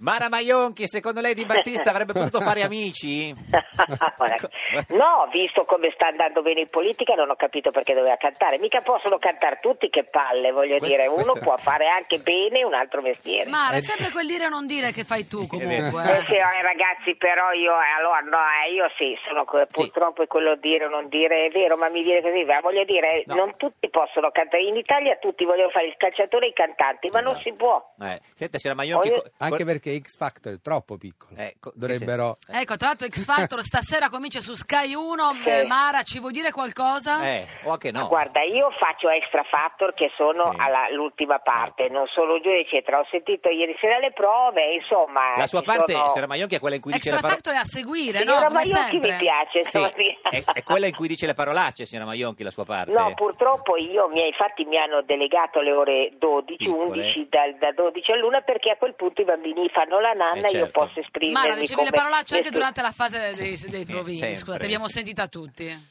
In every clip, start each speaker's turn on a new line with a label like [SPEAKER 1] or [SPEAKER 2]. [SPEAKER 1] Mara Maionchi, secondo lei Di Battista avrebbe potuto fare amici?
[SPEAKER 2] no, visto come sta andando bene in politica, non ho capito perché doveva cantare. Mica possono cantare tutti, che palle, voglio
[SPEAKER 1] Questo-
[SPEAKER 2] dire.
[SPEAKER 1] questo-
[SPEAKER 2] Uno può fare anche bene un altro mestiere.
[SPEAKER 3] Mara,
[SPEAKER 1] Eh,
[SPEAKER 3] è sempre quel dire o non dire che fai tu
[SPEAKER 2] Eh
[SPEAKER 3] comunque.
[SPEAKER 2] sì, eh, ragazzi, però io eh, allora no, eh, io sì, sono co-
[SPEAKER 1] Sì.
[SPEAKER 2] purtroppo è quello dire o non dire, è vero, ma mi viene così, ma voglio dire,
[SPEAKER 1] No.
[SPEAKER 2] non tutti possono cantare, in Italia tutti vogliono fare il calciatore e i cantanti, ma non
[SPEAKER 1] Esatto.
[SPEAKER 2] si può.
[SPEAKER 1] Eh, senta, c'era Maionchi...
[SPEAKER 2] Voglio-
[SPEAKER 1] co-
[SPEAKER 4] Anche
[SPEAKER 1] co-
[SPEAKER 4] perché X Factor è troppo piccolo.
[SPEAKER 1] Eh, co- che
[SPEAKER 4] Dovrebbero...
[SPEAKER 3] Ecco, tra l'altro X Factor stasera comincia su Sky 1.
[SPEAKER 2] Sì.
[SPEAKER 3] Eh, Mara, ci vuoi dire qualcosa?
[SPEAKER 1] Eh, o anche no.
[SPEAKER 2] Guarda, io faccio extra factor che sono
[SPEAKER 1] Sì. Ecco.
[SPEAKER 2] all'ultima parte, non sono giù, eccetera. Ho sentito ieri sera le prove, insomma.
[SPEAKER 1] La sua
[SPEAKER 2] ci
[SPEAKER 1] parte,
[SPEAKER 2] sono...
[SPEAKER 1] c'era Maionchi, è quella in cui dice
[SPEAKER 3] Extra
[SPEAKER 1] le parolacce.
[SPEAKER 3] Factor è a seguire, no?
[SPEAKER 2] Signora
[SPEAKER 3] Come
[SPEAKER 2] Maionchi
[SPEAKER 3] sempre.
[SPEAKER 2] mi piace, insomma,
[SPEAKER 1] Sì, è, è quella in cui dice le parolacce, signora Maionchi, la sua parte.
[SPEAKER 2] No, purtroppo io, i miei fatti mi hanno delegato alle ore 12,
[SPEAKER 1] Piccole.
[SPEAKER 2] 11, dal- da, 12 all'1 perché a quel punto i bambini fanno la nanna
[SPEAKER 1] Eh,
[SPEAKER 2] e io
[SPEAKER 1] certo.
[SPEAKER 2] posso esprimermi
[SPEAKER 3] Mara, dicevi
[SPEAKER 2] come
[SPEAKER 3] le parolacce anche
[SPEAKER 2] nessuno.
[SPEAKER 3] durante la fase dei, dei provini,
[SPEAKER 1] sempre,
[SPEAKER 3] scusate, abbiamo
[SPEAKER 1] sì.
[SPEAKER 3] sentita tutti.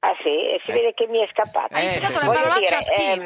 [SPEAKER 2] Ah sì, e si
[SPEAKER 1] Eh,
[SPEAKER 2] vede
[SPEAKER 1] sì.
[SPEAKER 2] che mi è scappata.
[SPEAKER 1] Eh,
[SPEAKER 3] Hai insegnato
[SPEAKER 1] sì.
[SPEAKER 3] le
[SPEAKER 2] Voglio
[SPEAKER 3] parolacce
[SPEAKER 2] dire,
[SPEAKER 3] a skin?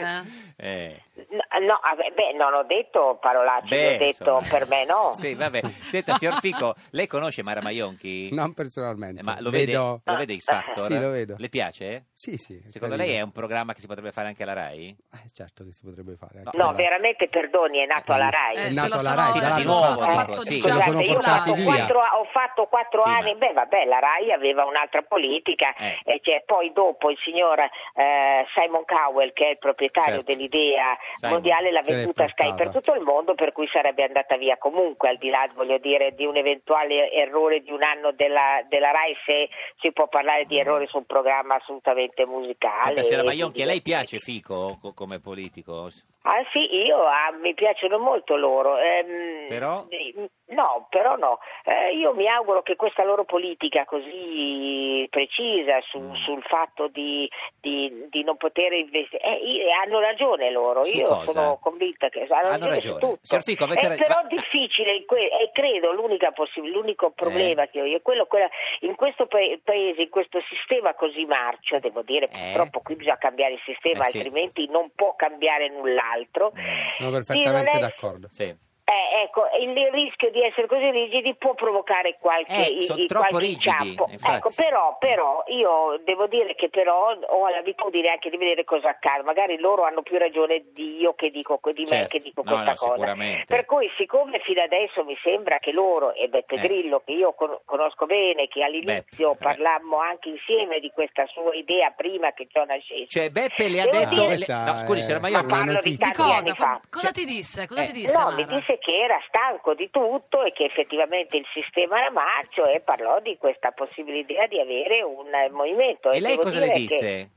[SPEAKER 2] ehm,
[SPEAKER 1] Eh,
[SPEAKER 2] No, no, ah, beh, beh, non ho detto parolacce,
[SPEAKER 1] beh,
[SPEAKER 2] ho detto
[SPEAKER 1] insomma.
[SPEAKER 2] per me no.
[SPEAKER 1] Sì, vabbè. Senta, signor Fico, lei conosce Mara Maionchi?
[SPEAKER 4] Non
[SPEAKER 1] Eh,
[SPEAKER 4] personalmente.
[SPEAKER 1] Ma lo vede,
[SPEAKER 4] Vedo...
[SPEAKER 1] lo vede X Factor?
[SPEAKER 4] Sì, lo vedo.
[SPEAKER 1] Le piace?
[SPEAKER 4] Sì, sì.
[SPEAKER 1] Secondo lei è un programma che si potrebbe fare anche alla RAI?
[SPEAKER 4] carino. Eh, certo che si potrebbe fare.
[SPEAKER 1] No,
[SPEAKER 4] anche
[SPEAKER 2] No,
[SPEAKER 4] ora.
[SPEAKER 2] veramente perdoni, è nato alla RAI.
[SPEAKER 4] È
[SPEAKER 3] Eh, se
[SPEAKER 4] nato
[SPEAKER 3] lo
[SPEAKER 4] alla
[SPEAKER 3] sono-
[SPEAKER 4] Rai,
[SPEAKER 3] se lo
[SPEAKER 4] già
[SPEAKER 3] sono
[SPEAKER 4] l'hanno
[SPEAKER 1] fatto,
[SPEAKER 3] fatto,
[SPEAKER 1] sì.
[SPEAKER 3] diciamo,
[SPEAKER 4] Lo sono
[SPEAKER 2] Cioè, io ho
[SPEAKER 4] portati
[SPEAKER 2] fatto,
[SPEAKER 4] via.
[SPEAKER 2] quattro, ho fatto quattro
[SPEAKER 1] Sì,
[SPEAKER 2] anni,
[SPEAKER 1] ma-
[SPEAKER 2] beh vabbè la RAI aveva un'altra politica,
[SPEAKER 1] Eh.
[SPEAKER 2] e cioè, poi dopo il signor eh, Simon Cowell che è il proprietario
[SPEAKER 1] Certo.
[SPEAKER 2] dell'idea
[SPEAKER 1] Simon.
[SPEAKER 2] mondiale l'ha
[SPEAKER 4] Se l'è
[SPEAKER 2] venduta a Sky per
[SPEAKER 4] portata.
[SPEAKER 2] tutto il mondo per cui sarebbe andata via comunque al di là voglio dire di un eventuale errore di un anno della, della RAI se si può parlare di errore su un programma assolutamente musicale.
[SPEAKER 1] Senta, signora
[SPEAKER 2] e
[SPEAKER 1] Maionchi, a lei
[SPEAKER 2] quindi-
[SPEAKER 1] piace Fico co- come politico?
[SPEAKER 2] Ah sì, io ah, mi piacciono molto loro. Ehm,
[SPEAKER 1] Però?
[SPEAKER 2] eh, No, però no. Eh, io mi auguro che questa loro politica così precisa su-
[SPEAKER 1] Mm.
[SPEAKER 2] sul fatto di, di- di non poter investire. eh, i- hanno ragione loro,
[SPEAKER 1] Su
[SPEAKER 2] io
[SPEAKER 1] cosa?
[SPEAKER 2] sono convinta che hanno,
[SPEAKER 1] Hanno ragione.
[SPEAKER 2] su tutto.
[SPEAKER 1] Signor Fico, avete
[SPEAKER 2] È
[SPEAKER 1] rag-
[SPEAKER 2] però
[SPEAKER 1] ma- Eh.
[SPEAKER 2] difficile, in que- e credo l'unica possi- l'unico problema che ho io è quello, quella- in questo pa- paese, in questo sistema così marcio, devo dire,
[SPEAKER 1] Eh?
[SPEAKER 2] purtroppo qui bisogna cambiare il sistema,
[SPEAKER 1] Eh sì.
[SPEAKER 2] altrimenti non può cambiare null'altro.
[SPEAKER 1] Mm.
[SPEAKER 4] Sono
[SPEAKER 2] Sì,
[SPEAKER 4] perfettamente
[SPEAKER 2] non è-
[SPEAKER 4] d'accordo.
[SPEAKER 1] Sì.
[SPEAKER 2] Eh, ecco, il rischio di essere così rigidi può provocare qualche,
[SPEAKER 1] Eh,
[SPEAKER 2] i-
[SPEAKER 1] sono
[SPEAKER 2] i-
[SPEAKER 1] troppo
[SPEAKER 2] qualche
[SPEAKER 1] rigidi,
[SPEAKER 2] inciampo.
[SPEAKER 1] infatti.
[SPEAKER 2] Ecco, però, però io devo dire che però ho l'abitudine anche di vedere cosa accade. Magari loro hanno più ragione di io che dico di me
[SPEAKER 1] Certo.
[SPEAKER 2] che dico
[SPEAKER 1] No,
[SPEAKER 2] questa
[SPEAKER 1] no,
[SPEAKER 2] cosa.
[SPEAKER 1] sicuramente.
[SPEAKER 2] Per cui, siccome fino adesso mi sembra che loro e Beppe
[SPEAKER 1] Eh.
[SPEAKER 2] Grillo, che io con- conosco bene, che all'inizio
[SPEAKER 1] Beppe, eh.
[SPEAKER 2] parlammo anche insieme di questa sua idea prima che ciò nascesse.
[SPEAKER 1] Cioè, Beppe le ha
[SPEAKER 2] Devo
[SPEAKER 1] detto...
[SPEAKER 2] dire-
[SPEAKER 1] le-
[SPEAKER 4] Ah, questa
[SPEAKER 1] No, scusi,
[SPEAKER 4] è-
[SPEAKER 1] signora
[SPEAKER 2] Ma
[SPEAKER 1] Maionchi...
[SPEAKER 4] una
[SPEAKER 2] parlo di
[SPEAKER 4] notizia.
[SPEAKER 3] Di
[SPEAKER 2] tanti anni
[SPEAKER 3] Eh, cosa?
[SPEAKER 2] fa.
[SPEAKER 3] Co- Cosa ti disse? Cosa
[SPEAKER 1] eh,
[SPEAKER 3] ti disse
[SPEAKER 2] No,
[SPEAKER 3] Mara?
[SPEAKER 2] mi disse che era stanco di tutto e che effettivamente il sistema era marcio e parlò di questa possibilità di avere un eh, movimento.
[SPEAKER 1] E lei
[SPEAKER 2] devo
[SPEAKER 1] cosa le
[SPEAKER 2] dire
[SPEAKER 1] disse? Eh,
[SPEAKER 2] che-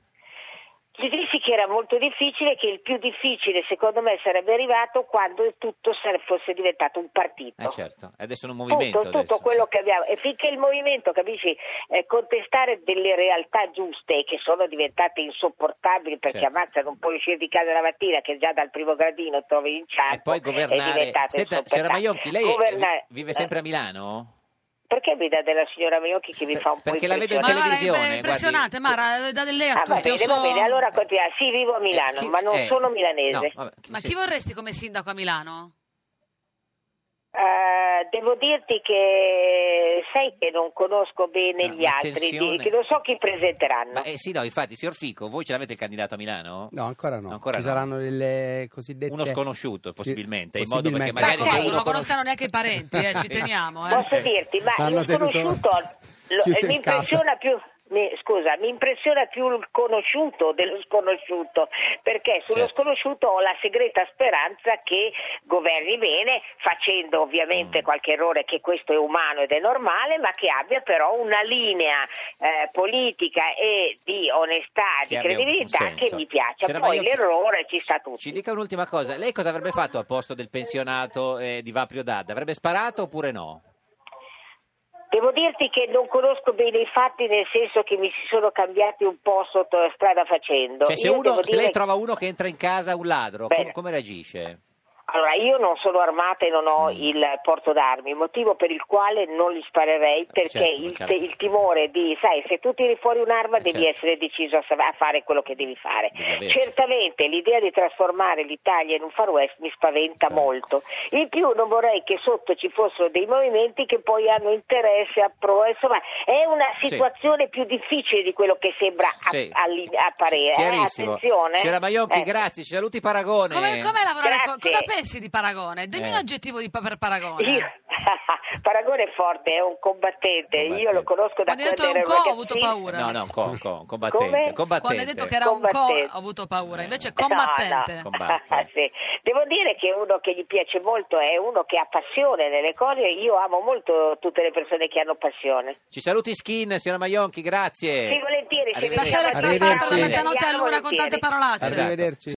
[SPEAKER 2] Gli dissi che era molto difficile, che il più difficile secondo me sarebbe arrivato quando tutto sare- fosse diventato un partito.
[SPEAKER 1] Eh certo, adesso è un movimento.
[SPEAKER 2] Tutto, tutto
[SPEAKER 1] adesso,
[SPEAKER 2] quello
[SPEAKER 1] sì.
[SPEAKER 2] che abbiamo e finché il movimento, capisci, eh, contestare delle realtà giuste che sono diventate insopportabili perché
[SPEAKER 1] Certo.
[SPEAKER 2] ammazza non puoi uscire di casa la mattina che già dal primo gradino trovi in ciampo
[SPEAKER 1] E poi
[SPEAKER 2] è
[SPEAKER 1] governare...
[SPEAKER 2] diventato
[SPEAKER 1] Senta, signora
[SPEAKER 2] insopportabile.
[SPEAKER 1] Maionchi, lei eh,
[SPEAKER 2] Governare-
[SPEAKER 1] vi- vive sempre
[SPEAKER 2] eh,
[SPEAKER 1] a Milano?
[SPEAKER 2] Perché mi dà della signora Maionchi che mi fa un po'
[SPEAKER 1] Perché la vedo in
[SPEAKER 3] Ma
[SPEAKER 2] impressione?
[SPEAKER 3] guarda,
[SPEAKER 1] televisione,
[SPEAKER 3] è
[SPEAKER 1] guardi.
[SPEAKER 3] impressionante, Mara, eh, da lei a
[SPEAKER 2] Ah, va
[SPEAKER 3] tutti.
[SPEAKER 2] bene,
[SPEAKER 3] io
[SPEAKER 2] va
[SPEAKER 3] so-
[SPEAKER 2] bene, allora continua. Sì, vivo a Milano,
[SPEAKER 1] Eh, chi-
[SPEAKER 2] ma non
[SPEAKER 1] eh,
[SPEAKER 2] sono milanese.
[SPEAKER 1] no, vabbè,
[SPEAKER 3] Ma
[SPEAKER 1] sì.
[SPEAKER 3] chi vorresti come sindaco a Milano?
[SPEAKER 2] Eh, devo dirti che sai che non conosco bene
[SPEAKER 1] No,
[SPEAKER 2] gli altri,
[SPEAKER 1] attenzione.
[SPEAKER 2] di- che non so chi presenteranno.
[SPEAKER 1] Ma eh, sì, no, infatti, signor Fico, voi ce l'avete il candidato a Milano?
[SPEAKER 4] No, ancora no.
[SPEAKER 1] Ancora
[SPEAKER 4] Ci
[SPEAKER 1] no.
[SPEAKER 4] saranno delle cosiddette...
[SPEAKER 1] Uno sconosciuto,
[SPEAKER 4] Sì,
[SPEAKER 1] possibilmente, in modo perché
[SPEAKER 4] possibilmente.
[SPEAKER 2] magari
[SPEAKER 3] Beh,
[SPEAKER 2] se
[SPEAKER 3] guarda,
[SPEAKER 2] uno
[SPEAKER 3] non
[SPEAKER 1] conosce-
[SPEAKER 3] conoscano neanche i parenti, eh, ci teniamo. eh.
[SPEAKER 2] Posso dirti, ma
[SPEAKER 4] Hanno
[SPEAKER 2] il
[SPEAKER 4] tenuto-
[SPEAKER 2] conosciuto lo-
[SPEAKER 4] chiuso
[SPEAKER 2] mi
[SPEAKER 4] in casa.
[SPEAKER 2] impressiona più. Mi, scusa, mi impressiona più il conosciuto dello sconosciuto, perché sullo
[SPEAKER 1] Certo.
[SPEAKER 2] sconosciuto ho la segreta speranza che governi bene, facendo ovviamente
[SPEAKER 1] Mm.
[SPEAKER 2] qualche errore, che questo è umano ed è normale, ma che abbia però una linea eh, politica e di onestà, di
[SPEAKER 1] che abbia un- un
[SPEAKER 2] credibilità che
[SPEAKER 1] senso.
[SPEAKER 2] mi piaccia.
[SPEAKER 1] Signora
[SPEAKER 2] Poi
[SPEAKER 1] Maiotti,
[SPEAKER 2] l'errore ci sta tutti.
[SPEAKER 1] Ci dica un'ultima cosa, lei cosa avrebbe fatto al posto del pensionato eh, di Vaprio Dadda? Avrebbe sparato oppure no?
[SPEAKER 2] Devo dirti che non conosco bene i fatti, nel senso che mi si sono cambiati un po' sotto strada facendo.
[SPEAKER 1] Cioè, se,
[SPEAKER 2] Io
[SPEAKER 1] uno-
[SPEAKER 2] devo
[SPEAKER 1] se lei
[SPEAKER 2] dire-
[SPEAKER 1] trova uno che entra in casa un ladro,
[SPEAKER 2] Beh.
[SPEAKER 1] com- come reagisce?
[SPEAKER 2] Allora, io non sono armata e non ho
[SPEAKER 1] Mm.
[SPEAKER 2] il porto d'armi, motivo per il quale non li sparerei, perché
[SPEAKER 1] certo,
[SPEAKER 2] il,
[SPEAKER 1] chiaro.
[SPEAKER 2] il timore di, sai, se tu tiri fuori un'arma
[SPEAKER 1] Eh,
[SPEAKER 2] devi
[SPEAKER 1] certo.
[SPEAKER 2] essere deciso a, sa- a fare quello che devi fare.
[SPEAKER 1] Devi averci.
[SPEAKER 2] Certamente l'idea di trasformare l'Italia in un far west mi spaventa
[SPEAKER 1] Certo.
[SPEAKER 2] molto. In più non vorrei che sotto ci fossero dei movimenti che poi hanno interesse a pro... Insomma, è una
[SPEAKER 1] Sì.
[SPEAKER 2] situazione più difficile di quello che sembra a-
[SPEAKER 1] Sì.
[SPEAKER 2] all'in- apparire. eh,
[SPEAKER 1] Chiarissimo.
[SPEAKER 2] attenzione.
[SPEAKER 1] C'era Maionchi,
[SPEAKER 2] Ecco.
[SPEAKER 1] grazie, ci saluti Paragone.
[SPEAKER 3] Come, com'è lavorare con-
[SPEAKER 2] Grazie.
[SPEAKER 3] Cosa pensi di Paragone? Dimmi
[SPEAKER 1] Eh.
[SPEAKER 3] un aggettivo di, pa- per Paragone.
[SPEAKER 2] Io- Paragone è forte, è un combattente. Io lo conosco da
[SPEAKER 3] Quando hai detto
[SPEAKER 2] quando era
[SPEAKER 3] un co, ho
[SPEAKER 2] ragazzino.
[SPEAKER 3] avuto paura.
[SPEAKER 1] No, no, un co- co- un combattente.
[SPEAKER 2] Come?
[SPEAKER 1] combattente.
[SPEAKER 3] Quando hai detto che era un co,
[SPEAKER 2] Combattente.
[SPEAKER 3] ho avuto paura. Invece è
[SPEAKER 2] No, no.
[SPEAKER 3] combattente.
[SPEAKER 1] Combatte.
[SPEAKER 2] Sì. Devo dire che uno che gli piace molto è uno che ha passione nelle cose. Io amo molto tutte le persone che hanno passione.
[SPEAKER 1] Ci saluti Skin, signora Maionchi, grazie.
[SPEAKER 2] Sì, volentieri, ci
[SPEAKER 1] Arrivederci.
[SPEAKER 2] vediamo.
[SPEAKER 3] Stasera ce la fai
[SPEAKER 4] Arrivederci.
[SPEAKER 3] dalla mezzanotte all'una con tante
[SPEAKER 2] Volentieri.
[SPEAKER 3] parolacce.
[SPEAKER 1] Arrivederci.
[SPEAKER 4] Arrivederci.